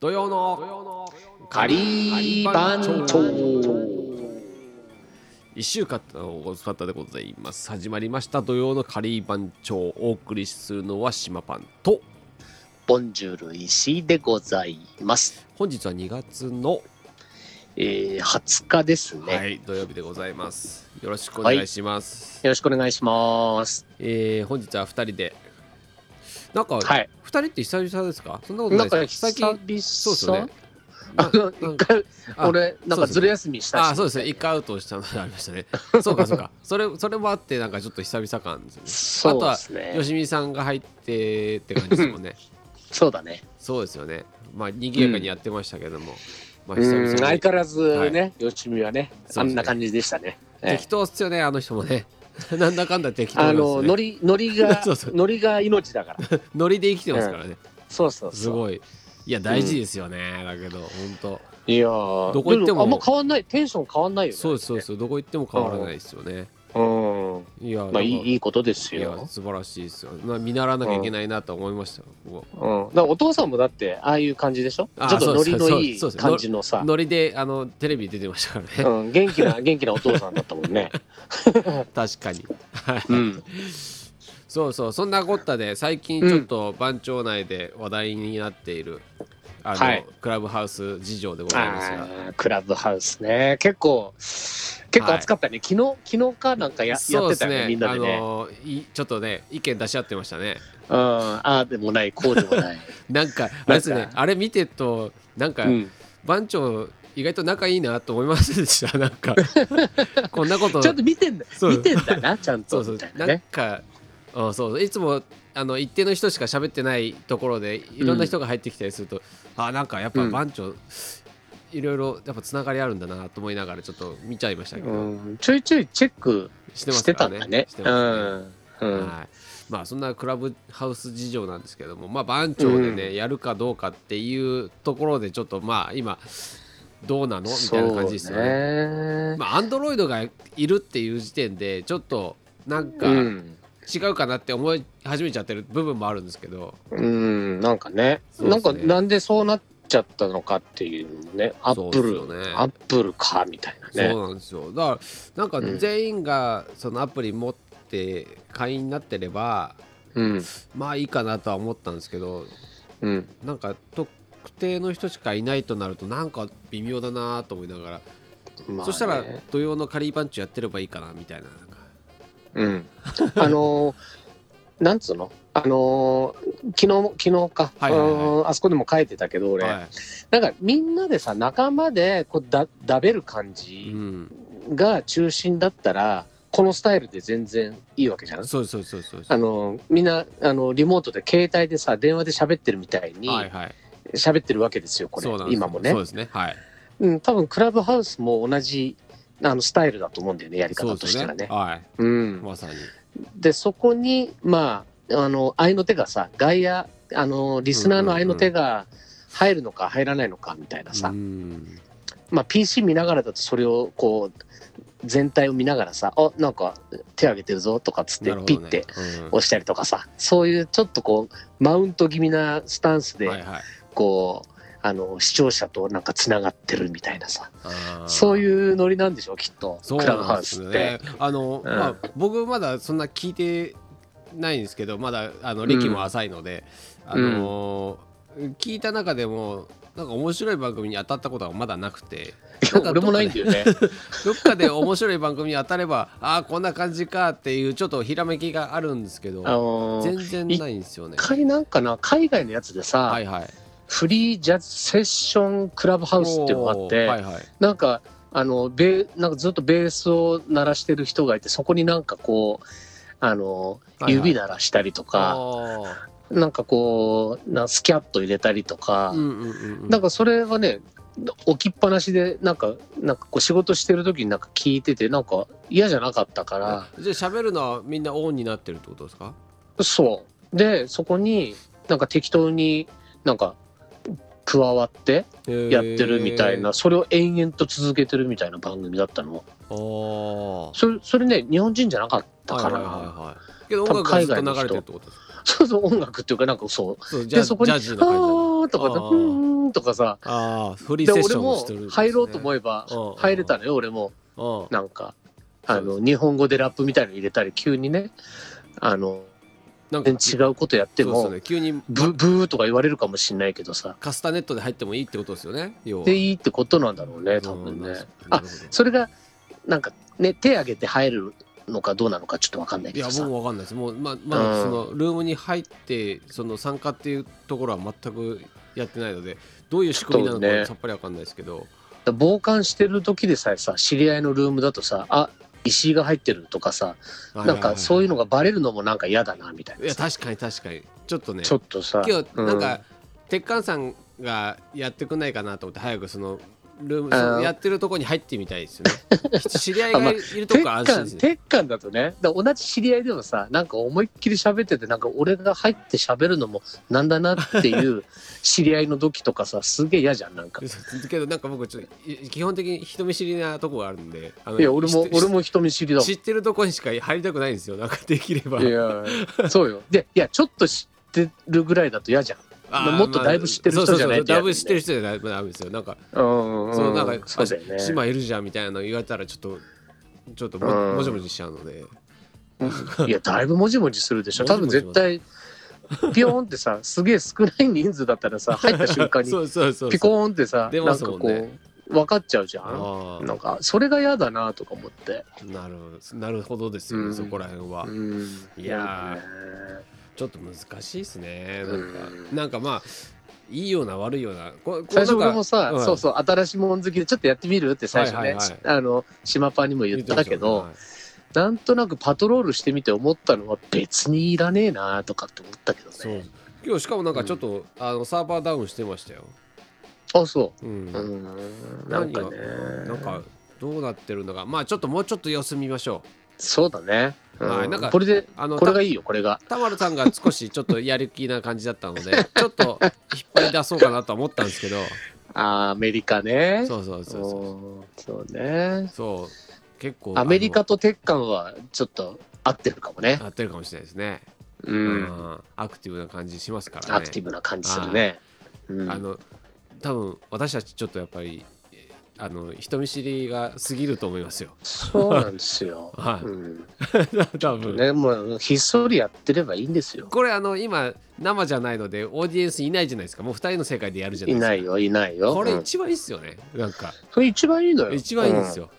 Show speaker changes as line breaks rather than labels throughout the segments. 土曜の
カリー番長
1週間のご無沙汰でございます始まりました土曜のカリー番長お送りするのは島パンと
ボンジュール石井でございます。
本日は2月の、
えー、20日ですね、
はい、土曜日でございますよろしくお願いします、
よろしくお願いします。
えー、本日は2人でなんか、
は
二
い
2人って久々ですかそんなことな
ないん
で
か
すか
久
最近
々、
そうですよね
あ
な
一回
あ
俺なんかずる休みしたし、
あそうですね一回アウトしたのがありま したねそうかそうかそれそれもあってなんかちょっと久々感ですよね
そうです
あとは
ね
よ。しみさんが入ってって感じですもんね
そうだね。
そうですよねまあ賑やかにやってましたけども、まあ
う
久
ん
々に
相変わらずね、よしみはね、
そ
あ
うですね
んな感じでしたね。ええ
適当っすよねあの人もね なんだかんだ適当な
あ
んです
の
よ
ノ
ね
リノリ が
そうそう
ノリが命だから。
ノリで生きてますからね、
そうそうそう。
すごいいや大事ですよね、だけど本当
いやー
どこ行っても
であんま変わんないテンション変わんないよね
そうですそうですどこ行っても変わらないですよね
うん
いや、
まあい
なんか
いいいことです
いや
よ、
素晴らしいですよ、まあ、見習わなきゃいけないなと思いましたよ僕は
うん、だからお父さんもだってああいう感じでしょ
あー
ちょっとノリのいい
そうですそうです
感じのさ
ノリであのテレビ出てましたからね、
うん、元気な元気なお父さんだったもんね
確かに
うん
そうそうそんなこったで最近ちょっと番長内で話題になっている、あの
はい
クラブハウス事情でございますが
ああクラブハウスね結構結構暑かったね、昨日昨日かなんかやや
そうで
って
す
たよねみんな
あ
でね、
のいちょっとね意見出し合ってましたね
うん、ああでもないこうでも ない、
なんかあれです
なん
ね
か
あれ見てるとなんか、
うん、
番長意外と仲いいなと思いませんでした なん かこんなこと
ちゃんと見てんだ
そう
見てん だなちゃん
そ
と
うそう
みたいな
なん
ね
かうんそうそういつもあの一定の人しか喋ってないところでいろんな人が入ってきたりすると、あなんかやっぱ
うん
番長、いろいろやっぱつながりあるんだなと思いながらちょっと見ちゃいましたけど、
うん、ちょいちょいチェック
してま
し
す
て
から
たん
ね
だね
して
う
ますね
んうん
はいまあそんなクラブハウス事情なんですけどもまあ番長でね、
う
やるかどうかっていうところでちょっとまあ今どうなのみたいな感じですよね
そうね
まあアンドロイドがいるっていう時点でちょっとなんか、
うん、
違うかなって思い始めちゃってる部分もあるんですけど
うん、なんかね
そうで
なん
すね
かなんでそうなっちゃったのかっていうのねアップル、
そうですよね
アップルかみたいな
そう
ね
なんですよだからなんか
うん
全員がそのアプリ持って会員になってれば
うん
まあいいかなとは思ったんですけど
うん
なんか特定の人しかいないとなるとなんか微妙だなと思いながら、
まあね
そしたら土曜のカリーパンチやってればいいかなみたいななんか
うん あのーなんつうのあのー昨日昨日か、
はいはいはい
うんあそこでも書いてたけど俺、
は
なんかみんなでさ仲間でこうだだべる感
い、う
じ
ん、
が中心だったら、このスタイルで全然いいわけじゃん
そうそうそうそうそ
あ
う
のみんなあのリモートで携帯でさ電話で喋ってるみたいに
はいはい
喋ってるわけですよこれ
そうなんですよ
今もね
そうですねはい
うん、多分クラブハウスも同じあのスタイルだと思うんだよねやり
そ
方
う
と
で
し
す
て
ね
はね。
はい
うん、
まさに
でそこにまああの愛の手がさ外野あのリスナーの愛の手が入るのか入らないのかみたいなさ、
うん
まあ、PC 見ながらだとそれをこう全体を見ながらさあなんか手挙げてるぞとかっつって
なるほ
ピ
ど
ッ
ね
て
うん
押したりとかさそういうちょっとこうマウント気味なスタンス
はい
で
はい
こうあの視聴者となんかつながってるみたいなさ
あー
そういうノリなんでしょうきっと
そう
クラブ
な
ハ
ん
ウ
です
ス
よ
って
ね。。あの、
うん
まあ僕まだそんな聞いてないんですけどまだあの歴も浅いので、あの聞いた中でもなんか面白い番組に当たったことはまだなくて
いや俺もないんだよね。
どっかで面白い番組に当たれば ああこんな感じかっていうちょっとひらめきがあるんですけ
あ
ど
のー
全然ないんですよね。
一回なんかな海外のやつでさ、
はいはい。
フリージャズセッションクラブハウスっていうのがあって、
おーはいはい。
なんかあのベーなんかずっとベースを鳴らしてる人がいてそこになんかこうあの
はいはい
指鳴らしたりとか、
あ
なんかこうなスキャット入れたりとか
あ。う、んうんうんうん。
なんかそれはね置きっぱなしでなんかなんかこう仕事してる時になんか聞いててなんか嫌じゃなかったから。
じゃあ喋るのはみんなオンになってるってことですか？
そう。で、そこに、なんか適当になんか加わってやってるみたいな、それを延々と続けてるみたいな番組だったの。
あー
それ、それね、日本人じゃなかったから、
はいはいはいはい、けど音楽がずっと流れてるってことですか
そうそう音楽っていうかなんかそう
そうジャ
で
ジ
そこに「あ
ャジーの感じなの
ー」とか
あ
さ
ー
「ふーん」とかさ
ああフリー
で
セッシ
俺
ョンを
も
してるんですね
入ろうと思えば
うんうん
入れたのよ俺も
うん
なんか
そ
あ
うです
の日本語でラップみたいの入れたり急にねあの
なんか
全然違うことやって
そうです
も
よね急に
ブブーとか言われるかもしんないけどさ
カスタネットで入ってもいいってことですよね要は
でいいってことなんだろうね多分
うん
ね
なるほど
あそれがなんかね手挙げて入るのかどうなのかちょっと分かんない
い
け
や
ど
僕
さ
もわかんないですもうままだそのルームに入ってその参加っていうところは全くやってないのでどういう仕組みなの
そうね
かさっぱりわかんないですけど
傍観してる時でさえさ知り合いのルームだとさあ石井が入ってるとかさなんかそういうの
が
がバレるのもなんか嫌だなみたい
い
な
や
さ
確かに確かにちょっとね
ちょっとさ
今日
う
なんか鉄管さんがやってくんないかなと思って早くそのルーム
あー
そのやってるとこに入ってみたいですよ ね知り合いがいると
鉄
こは安心
管
ですね
鉄管だとねだから同じ知り合いでもさなんか思いっきり喋っててなんか俺が入って喋るのもなんだなっていう知り合いの時と かさすげえ嫌じゃんなんか
そうけどなんか僕ちょっとい基本的に人見知りなとこがあるんであの
いや俺も
知って
俺も人見知りだも
知ってるとこにしか入りたくないんですよなんかできれば
んいやそうよでいやちょっと知ってるぐらいだと嫌じゃん
あー
もっとだいぶ知ってる人じゃない
そうそうそう
と
だい
やだよね
ぶ知ってる人じゃないとダメですよなんか
うん
そのなんか
そうだよね
島いるじゃんみたいなの言われたらちょっとちょっとも,、
うん
もじもじしちゃうので
いやだいぶもじもじするでしょ
もじ
多
も
分
じし
絶対ピョーンってさすげえ少ない人数だったらさ入った瞬間 に
そうそうそうそう
ピコーンってさ
出
な
ま
ん
す
か
もん
こ
ね
う分かっちゃうじゃん
あー
なんかそれが嫌だなとか思って
なるなるほどですよね、
うん
そこら辺は、
うん
いやちょっと難しいですねなんか、
うん
なんかまあいいような悪いようなここう
最初
なん
俺
か
もさ、
うん
そうそう新しいもん好きでちょっとやってみるって最初ね、
はいはいはい
あの島パンにも言ったけど、なんとなくパトロールしてみて思ったのは別にいらねえなとかって思ったけど
そう
ね
今日しかもなんかちょっと、あのサーバーダウンしてましたよ、
あそううんうーんなんかね
なんかどうなってるのかまあちょっともうちょっと様子見ましょ
そうだね、うん
はいなんか
これで
うあの
これがいいよこれが
た田丸さんが少しちょっとやる気な感じだったので ちょっと引っ張り出そうかなとは思ったんですけど
あーアメリカね
そうそうそうそう
おーそうね
そう結構
アメリカと鉄管はちょっと合ってるかもね
あの合ってるかもしれないですね、
う
うんん、アクティブな感じしますからね
アクティブな感じするねうん
あの多分私たちちょっとやっぱりえあの人見知りが過ぎると思いますよ、
そうなんですよ
はい
うん
多分
ねもうひっそりやってればいいんですよ
これあの今生じゃないのでオーディエンスいないじゃないですかもう二人の世界でやるじゃないで
い
すか
ないよいないよ
これ
うん
一番いいっすよねなんか
それ一番いいのよ
一番いいんです、よ、
うんうん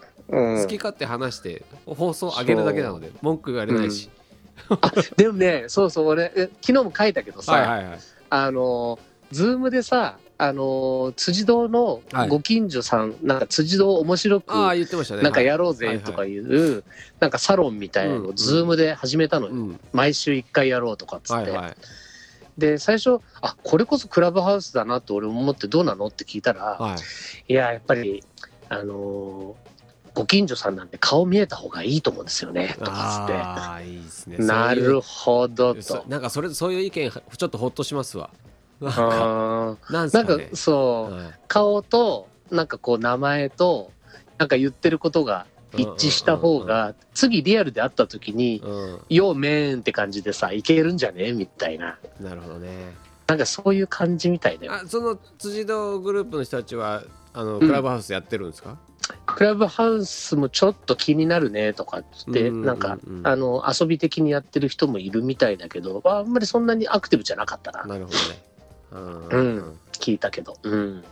好き勝手話して放送上げるだけなので文句言われないし、
あでもねそうそう俺え昨日も書いたけどさ、
はいはいはい
あのズームでさあの辻堂の
はい
ご近所さん、なんか辻堂面白く
ああ言ってましたね
なんかや
る
ろうぜとかいう、なんかサロンみたいなの
う
を
ん
ズームで始めたのよ、
うん
毎週1回やろうとかっつっ
は
て、
いはい
で最初あこれこそクラブハウスだなと俺も思ってどうなのって聞いたら、
はい
いや、やっぱり、あのーご近所さんなんで顔見えた方がいいと思うんですよね、とか
ああいいですね
つって。なる
ほ
ほどと。
なんかそれそういう意見ちょっとほっとしますわなんか
あ
なん
ーな
す
ん
か
か
ね
そう、
はい
顔と、なんかこう名前と、なんか言ってることが一致した方が、次リアルで会った時に、
うん
ようめーんって感じでさ、いけるんじゃねみたいな。
なるほどね
なんかそういう感じみたいだよ。
あその辻堂グループの人たちはあの
ん
クラブハウスやってるんですか、
クラブハウスもちょっと気になるねとかっつって、
うんうんうん
なんかあの遊び的にやってる人もいるみたいだけどああんまりそんなにアクティブじゃなかったな
なるほどねうん、
うん聞いたけど、うん、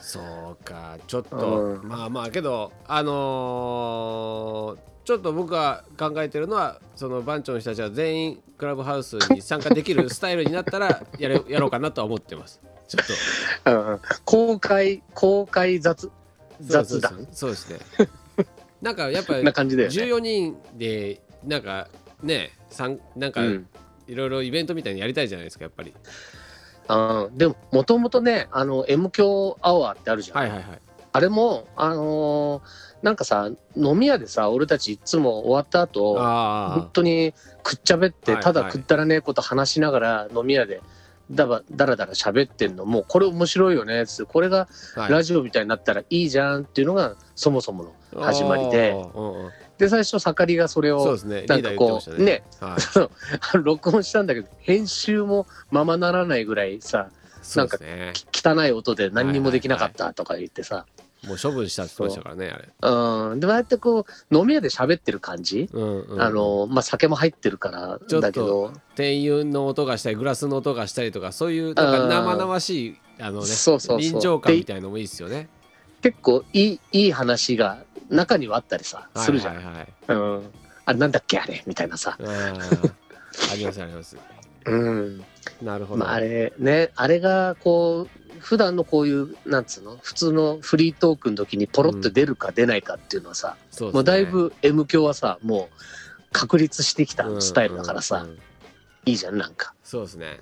そうかちょっと、
うん
まあまあけどあのーちょっと僕が考えてるのはその番長の人たちは全員クラブハウスに参加できるスタイルになったらやれやろうかなとは思ってますちょっと
うん公開公開雑雑
そう
談
そうそう そうですねなんかやっぱ
な感じだよね。
14人でなんかねさんなんか
うん
いろいろイベントみたいにやりたいじゃないですかやっぱり
うん、でももともとねあの M 響アワーってあるじゃん、
はいはいはい
あれもあのーなんかさ飲み屋でさ俺たちいつも終わった後
あ
本当にくっちゃべっ
はい
て
はい
ただくったらねえこと話しながら飲み屋でだばだらだら喋ってんのもこれ面白いよねっつってこれが
はい
ラジオみたいになったらいいじゃんっていうのがそもそもの始まりで
あーうんうん
で最初盛りがそれ
そう
を
ですねリ
なん
ーダ
か
ー言って
こ
まし
う
た
ね
ねはい
録音したんだけど編集もままならないぐらいさ
そうですね
汚い音で何にもできなかったとか言ってさ、
もう処分したって言ってましたからねあれ
うんでもああやってこう飲み屋で喋ってる感じ、
うんうん
あのまあ酒も入ってるから
ちょっと
だけど、
店員の音がしたりグラスの音がしたりとかそういうなんか生々しいあのね
そうそうそう
臨場感みたいのもいいですよね
結構いいいい話が中にはあったりさするじゃん、
はいはいはい
うん、あなんだっけあれみたいなさ、
あーありますあります
うん
なるほど、
まあ、あれねあれがこう普段のこういうなんつうの普通のフリートークの時にポロッと出るか出ないかっていうのはさ、
そうですね
もうだいぶ M 響はさもう確立してきたスタイルだからさ、
うんうんうん
いいじゃんなんか、
そうですね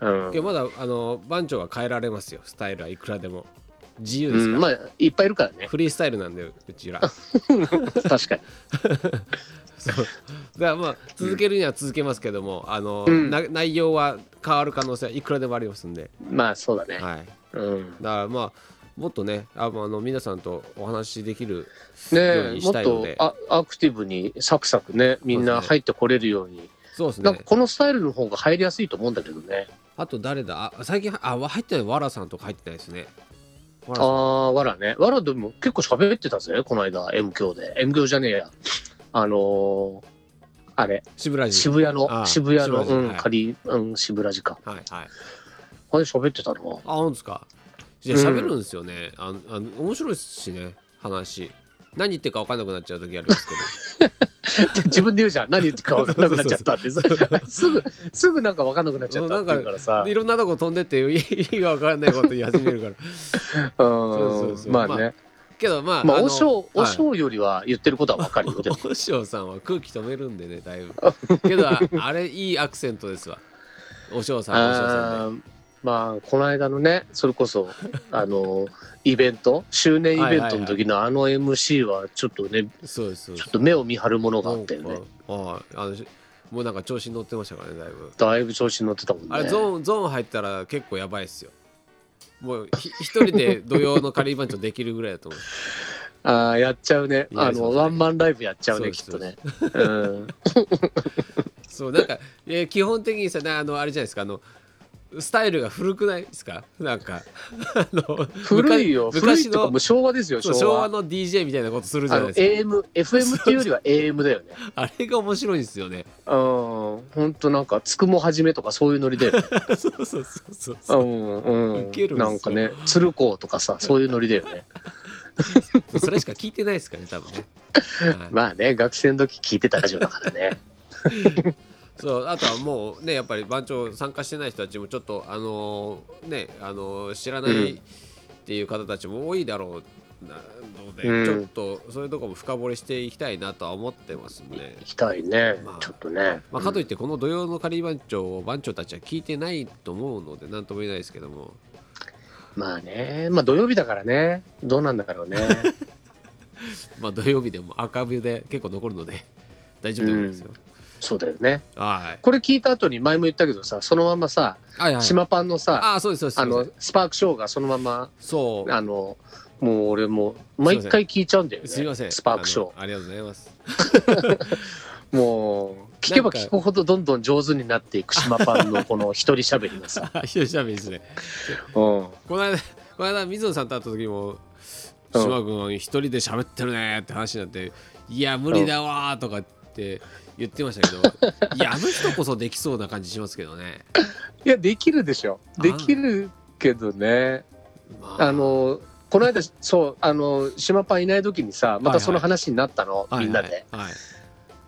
うん
けどまだあの番長は変えられますよスタイルはいくらでも自由
う
ですから、
ん、まあいっぱいいるからね
フリースタイルなんでうちら
確かに
そうだからまあ続けるには続けますけども、あの、
うん
な内容は変わる可能性はいくらでもありますんで、
まあそうだね、
はい、だか
うん
らまあもっとねああの皆さんとお話しできるよう
ねえ
に
も
し
った
いの
と
で
あアクティブにサクサクねみんな入ってこれるように
そうです
なんか
ね
このスタイルの方が入りやすいと思うんだけどね
あと誰だあ最近あわ入ってないわらさんとか入ってないですねわら
あ
さん
あーわらねわらでも結構喋ってたぜこの間 M 響で M 響じゃねえやあのーあれ
渋谷人
渋谷
あ
の
ー
渋谷の
渋谷
うん
はい
仮、うん渋谷時間
はいはい
あれ喋って たの
あ、本当ですか。いや、喋るんですよね。あの、あの、面白いっすしね、話。何言ってるか分かんなくなっちゃう時ありますけ
自分で言うじゃん何言ってるか分かんなくなっちゃったってすぐすぐなんか分かんなくなっちゃったっていうからさ
ど。いろんなとこ飛んでって、意味が分からないこと言い始めるから。そうそうそう
うんまあ
ま
ね
けど、まあ、
まあ
の
和尚和
はい
尚よりは言ってることは分かるよでも
和尚さんは空気止めるんでね、だい ぶ。けど、ああれ、いいアクセントですわ。お尚さん、お尚さん
あーまあこの間のねそれ こそあのイベント周年イベントの時のあの MC はちょっとね
で。そうです、そう
ち
で
ょ
す
っ。と目を見張るものがあ
な
っ
ん
た
か
よね
はいあのしもうなんか調子に乗ってましたからね、だいぶ。
だいぶ調子に乗ってたもんね
あれゾーンゾーン入ったら結構やばいっすよ。もうひ一人で土曜のカリー番長できるぐらいだ と思う。
あーやっちゃうね
や
あ
そう
の
そう
ワンマンライブやっちゃうねきっ
そ
と
う
ねうん
そうなんか、えー基本的にさなあのあれじゃないですかあのスタイルが古くないですかなんか あの
古いよ
昔
古いとか
の
もう昭和ですよ
そう
昭
昭和
和
の DJ みたいなことするじ
あ
ゃない
の
です
AMFM っていうよりは AM だよ ね
かあれが面白いんですよね
うんほんとなんか「つくもはじめ」とかそういうノリで
そうそうそうそう
う
そうん
うん
ウケるんすよ
なんかね鶴光とかさそういうノリだよね
それしか聞いてないですからね多分 ね、はい
まあね、学生の時聞いてたラジオだから ね。
そうあとはもうねやっぱり番長参加してない人たちもちょっとあのーねあのー知らな
う
い
ん
っていう方たちも多いだろうなので、
うん
ちょっとそういうとこも深掘りしていきたいなとは思ってますんで
行、きたいね、
まあ
ちょっとね。
まあ、かといってこの土曜の仮番長を番長たちは聞いてないと思うので何とも言えないですけども
まあね、まあ土曜日だからね、どうなんだ ろうね。
まあ土曜日でもアーカイブで結構残るので 大丈夫だと思いますよ、
そうだよね。
はい
これ聞いた後に前も言ったけどさ、そのままさ、
はいはい
島パンのさ、
ああそうですそ
あ
うですそう
の
です、
スパークショーがそのまま、
そう
あの、もう俺もう毎回聞いちゃうんだよね。
すみません
スパークショ
あのありがとうございます
ー。もう、聞けば聞くほどどんどん上手になっていく島パンのこの一人喋り のさ。
あ一人喋りですね
うん。
この間、 この間、水野さんと会った時も、
うん
島君は一人で喋ってるねって話になって、いや、無理だわーとかって言ってましたけど、 いや、あの人こそできそうな感じしますけどね。
いや、できるでしょ。
あ
できるけどね。
ま
あ、のこの間そうあの島パンいない時にさまたその話になったの、
はい
みんなで、
はいはい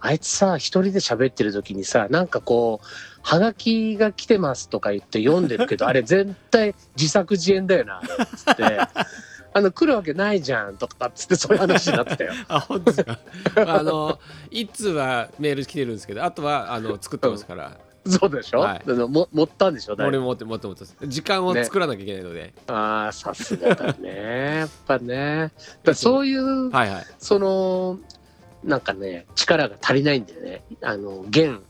あいつさ一人で喋ってる時にさなんかこう「はがきが来てます」とか言って読んでる けどあれ絶対自作自演だよなっつって「あの来るわけないじゃん」とかっつってそういう話になって たよ。
あ、本当ですか。あの、いつはメール来てるんですけど、あとは、あの、作ってますから、
そうでしょ、
はい
あのも持ったんでしょだい
俺
ぶ
も持って、持って、持ってます、時間を
ね
作らなきゃいけないので。
ああさすがだねやっぱねだからそういう
はいはい。
そのなんかね力が足りないんだよねあの現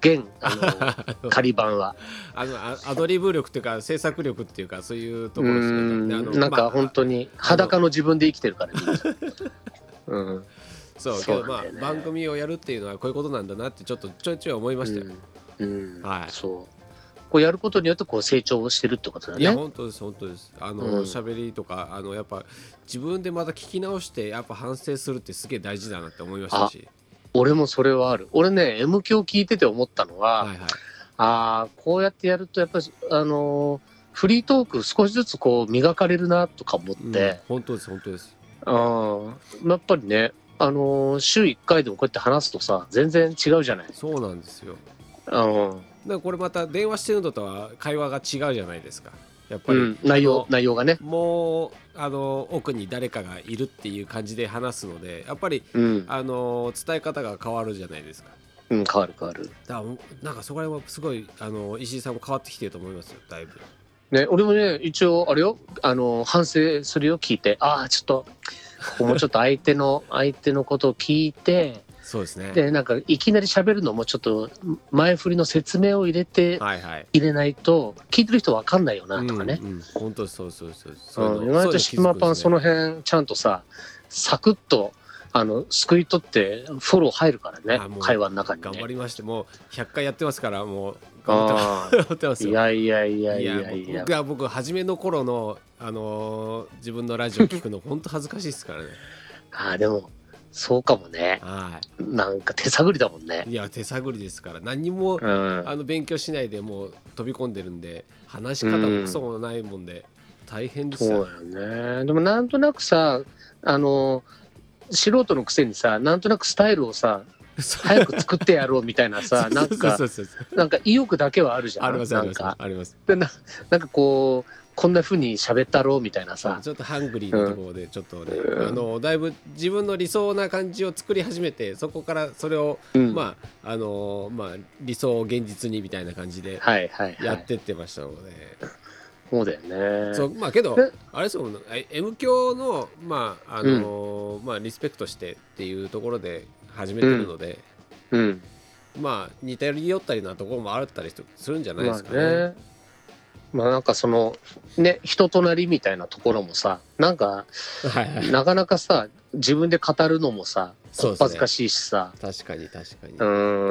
現あ の仮版は
あのあアドリブ力っていうか制作力っていうかそういうと
う
ころですよね。であの
んなん
ま
か
あ
本当に裸の自分で生きてるから、うん
そうけ
そ
ど
うな
ま
ん
あ
だよね
番組をやるっていうのはこういうことなんだなってちょっとちょいちょい 思いましたよ。
うんうん
はい
そうこうやることによってこう成長してるってことだ
いや
ね
本当です本当ですあの
うん
喋、りとかあのやっぱ自分でまた聞き直してやっぱ反省するってすげえ大事だなって思いましたし
俺もそれはある俺ね M 響聞いてて思ったの
は
は、
いはい
ああこうやってやるとやっぱりあのーフリートーク少しずつこう磨かれるなとか思っ
うん
て、
本当です本当です
ああやっぱりねあのー週1回でもこうやって話すとさ全然違うじゃない、
そうなんですよ
うん
だからこれまた電話してるのとは会話が違うじゃないですかやっぱ
う
り、
ん、内容内容がね、
もうあの奥に誰かがいるっていう感じで話すのでやっぱり
うん
あの伝え方が変わるじゃないですか
うん、変わる変わる、
だからなんかそこら辺はすごいあの石井さんも変わってきてると思いますよだいぶ
ね、俺もね一応あれよ、あのー反省するよ聞いてああちょっとここもうちょっと相手の 相手のことを聞いて
そうですね
でなんかいきなり喋るのもちょっと前振りの説明を入れて
はいはい
入れないと聞いてる人分かんないよなとかね。
うんうん、本当そうそうそう
う
そ
ん、意外と島パンその辺ちゃんとさサクッとあの救い取ってフォロー入るからね
あもう
会話の中に
頑張
ね。
りましてもう100回やってますからもう頑張って
あ
ます頑張ってま
ー
す
い
よ
やいやいや
い
い
や
やい
もう
や
僕。は僕初めの頃のあのー自分のラジオ聞くの本当恥ずかしいですからね
あーでもそうかもね。
は
なんか手探りだもんね
い。いや手探りですから何にも
うん。
あの勉強しないでもう飛び込んでるんで話し方もクソもないもんで大変です
そ
よ
うだよね。でもなんとなくさあの素人のくせにさなんとなくスタイルをさ早く作ってやろうみたいなさなんか
そうそうそうそう
なんか意欲だけはあるじゃん。
ありますあ
な
り
ん
ます
か
あります
でな なんかこうこんなふうに喋ったろうみたいなさ
ちょっとハングリーなところでちょっとね、
うん
あのだいぶ自分の理想な感じを作り始めてそこからそれを、
うん
まああのまあ理想を現実にみたいな感じで
はいはいは
やっ
い
てってましたので、
そうだよね
そうまあけど
で
あれですもんねえ M 教のまああの、まあリスペクトしてっていうところで始めてるので、
うん
まあ似たり寄ったりなところもあったりするんじゃないで
ますあ
かね。
ねまあなんかそのね人となりみたいなところもさなんか
はいはい、
なかなかさ自分で語るのもさ
そうで
こ
すね
っぱずかしいしさ
確かに確かに、
う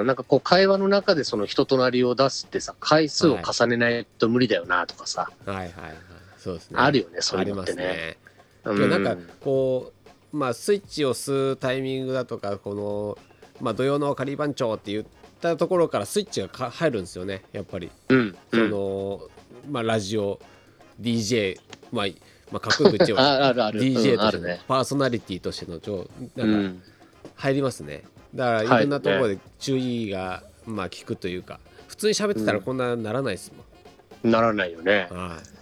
んなんかこう会話の中でその人となりを出すってさ回数を重ねないと無理だよなとかさ、
はいはいはいそうですね
あるよねそう
あ
い
り
うの
ま
って
す
ね。
ね。
う
いやなんかこうまあスイッチを吸うタイミングだとかこの、まあ、土曜の仮番長って言ったところからスイッチがか入るんですよねやっぱり
うん
そ
うん
の、まあ、ラジオ DJ、まあまあ、かっこよく言っちゃいます
ああるある
DJ
うんあ
として
る
の、
ね。
パーソナリティとしてのちょな
うん
か
ん
入りますねだからいろんなところで注意が、まあ、効くというか普通に喋ってたらこんなならないですもん、
ならないよね。
はい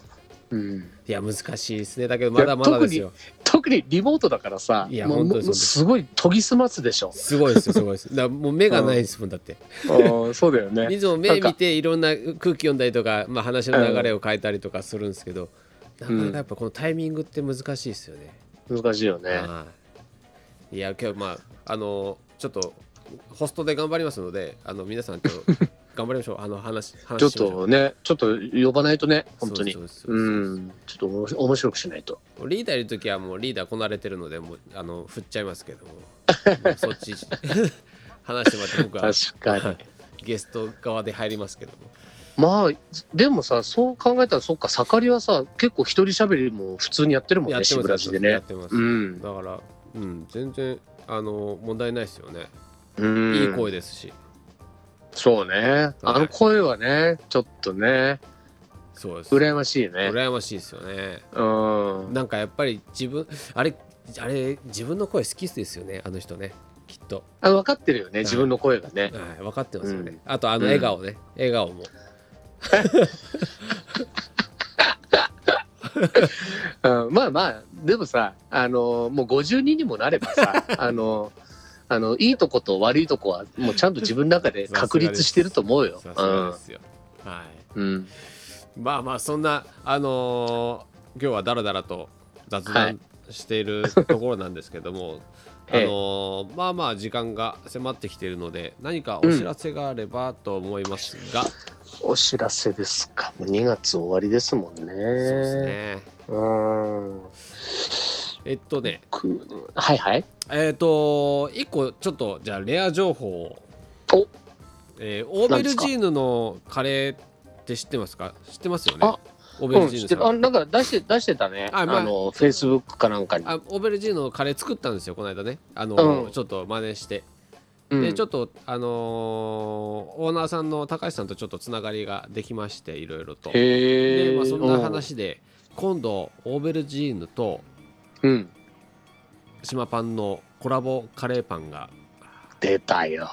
うん、
いや難しいですねだけどまだまだですよ
特にリモートだからさ
いや
もう
本当にそうです。
すごい研ぎ澄ますでしょ
すごいですよすごいですだからもう目がないですもんだって
うんそうだよね。
いつも目見ていろんな空気読んだりとか、まあ、話の流れを変えたりとかするんですけど、
ん
なかなかやっぱこのタイミングって難しいですよね。
難しいよね。
はいいや今日まああのちょっとホストで頑張りますのであの皆さんちょっと頑張りましょうあの話話
ちょっ
しましょう
とねちょっと呼ばないとね本当に
そうそうそうそう
うんちょっとおもし面白くしないと。
リーダーいる時はもうリーダーこなれてるのでもうあの振っちゃいますけどももうそっち 話してもらって僕は
確かに。
ゲスト側で入りますけども
まあでもさそう考えたらそっか盛りはさ結構一人しゃべりも普通にやってるもん
やっ
ね
て
シブ
ま
ラ
す
ジで
やっ
ね。
てます、
うん、
だから、うん、全然あの問題ないですよね、
うん、
いい声ですし
そうねあの声はねちょっとね
そうです
羨ましいね
羨ましいですよね
うん
なんかやっぱり自分あれあれ自分の声好きですよねあの人ねきっと、
あ分かってるよね自分の声がね
はい、分かってますよね、
うん
あとあの
うん
笑顔ね、笑顔も
うん、まあまあでもさあのもう52にもなればさ あのあのいいとこと悪いとこはもうちゃんと自分の中で確立してると思うよ。
さすがですよ、はい
うんうん、
まあまあそんなあのー今日はだらだらと雑談、しているところなんですけどもあ
ええ
のまあまあ時間が迫ってきているので何かお知らせがあればと思いますが、
お知らせですか。もう2月終わりですもんね。そう
そう
で
です。ね
うん。
えっとね
くはいはい。
えっ、と一個ちょっとじゃあレア情報を
お
えーオーベルジーヌのカレーって知ってますか知ってますよね
あ
オーベ
う
ル
ん、
ジー
知
ヌ
って
さ
るあ
ん、
なんか出して出してたね。
あ
あ
まあ
のフェイスブックかなんかに。
あオーベルジーヌのカレー作ったんですよこの間ねあの、
うん
ちょっと真似して
うん
でちょっとあのーオーナーさんの高橋さんとちょっとつながりができましていろいろとで、
へえ。
まあ、そんな話で今度オーベルジーヌと
うん。うん。
島パンのコラボカレーパンが
出たよ。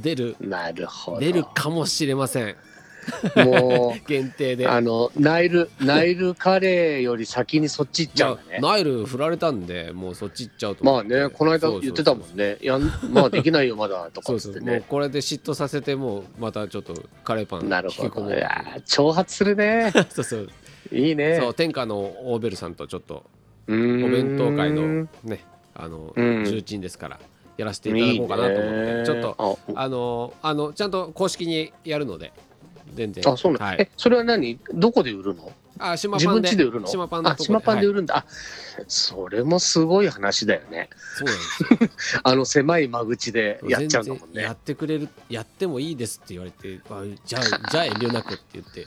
出る
なるほど。
出るかもしれません
もう。
限定で
あのナイルナイルカレーより先にそっち行っちゃうんだ
いや
ね。
ナイル振られたんでもうそっち行っちゃうと
ま
思っ
あ
て
ねこの間
そうそうそう
言ってたもんね。やんまあできないよま だとか
そ
っ
う
つ
そ
って
うもう
ね。
これで嫉妬させてもうまたちょっとカレーパン
なる
引
ほ
き込も
ど。
う
いやー挑発す るね。
そうそう
いいね。
そう天下のオーベルさんとちょっと
お
お弁当会のねあの
うん
重鎮ですからやらせていただこうかなと思ってちょっと
と
あのあのちゃんと公式にやるので全然
あそうなの、
はい
えそれは何どこで売るの
あ島
自
パン
分
で
家で売るの
島パンの
あ
とこ
島パン
はい
で売るんだ、あそれもすごい話だよね
そうなんです
あの狭い間口で
よ
やっちゃうんだもん
全然や
ね
ってくれるやってもいいですって言われてあじゃあじゃあ遠慮なくって言って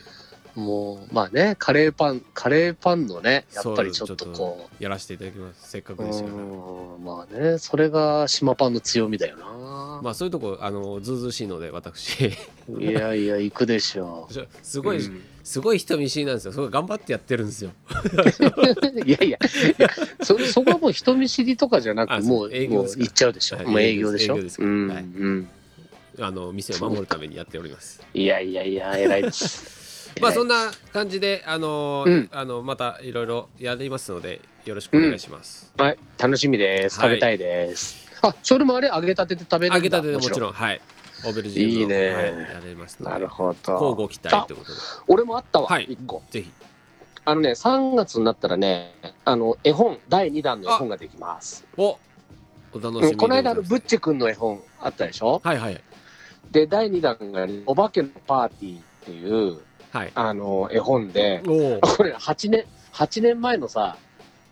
もうまあねカレーパンカレーパンのねやっぱりち
そ
ょ
う
っとこ
やらせていただきますせっか
う
くですから
うーんまあねそれが島パンの強みだよな、
まあそういうとこあのずうずうしいので私
いやいや行くでしょう
ちょすごい、
うん
すごい人見知りなんですよすごい頑張ってやってるんですよ
いやいや、いやそそこはもう人見知りとかじゃな
あ
く、
そう
もう
営
も
業
う
ですか
行っちゃうでしょ。
はい
もう営業でしょ。
営業です
う
営業です
ん、
はい
うん。
あの店を守るためにやっております
いやいやいや、偉いです。
まあそん
な。
な感じであの、
うん
あのまたいろいろやりますのでよろしくお願いします、
はい、楽しみです。
はい
食べたいです。あ、それもあれ、揚げたてで食べれるんだ。
揚げたてでもちろんはいオーベルジーヌの
いいね
はい、やれますので
なるほ
交
ど。
互期待ということで
俺もあった
は
わ、
い
一個。
ぜひ
あのね、3月になったらね、あの、絵本、第2弾の絵本ができます。
おお楽しみでございます
うんこの間、あのブッチ君の絵本あったでしょ
はいはい
で、第2弾が、お化けのパーティーっていう、
はい
あの、絵本で、
おお
これ8年8年前のさ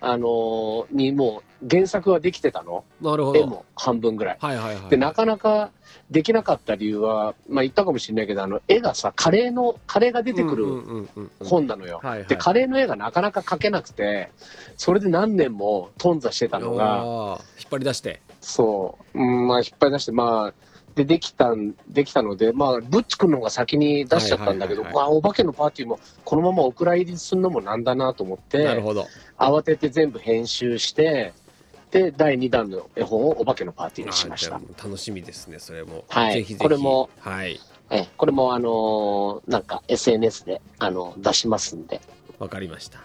あのーにもう原作はできてたの
なるほ
絵
ど
も半分ぐらい
はいはいはい
でなかなかできなかった理由はまあ言ったかもしれないけどあの絵がさカレーのカレーが出てく
うん
る
うんうんうん
本なのよ、
はいはい
でカレーの絵がなかなか描けなくてそれで何年も頓挫してたのが
あー引っ張り出して
そう、うん、まあ引っ張り出してまあでできたんできたので、まあ、ブッチ君の方が先に出しちゃったんだけど、
はいはいはい
まあお化けのパーティーもこのままお蔵入りするのもなんだなと思って、
なるほど
慌てて全部編集してで第2弾の絵本をお化けのパーティーにしまし
あ
た
ーじゃあ楽しみですねそれも
はい
ぜひぜひ
これも
はい
ええこれもあのーなんか SNS で、あの出しますんで
わかりました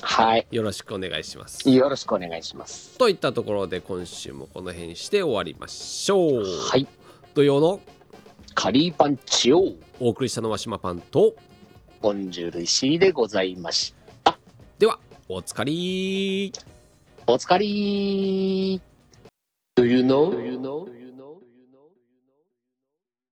はい
よろしくお願いします
よろしくお願いします
といったところで今週もこの辺して終わりましょう
はい
土曜の
カリーパンチオ
お送りしたのは島パンと
ボンジュール石井でございまし
ではおつかり
たおつかりー Do you know? Do you know?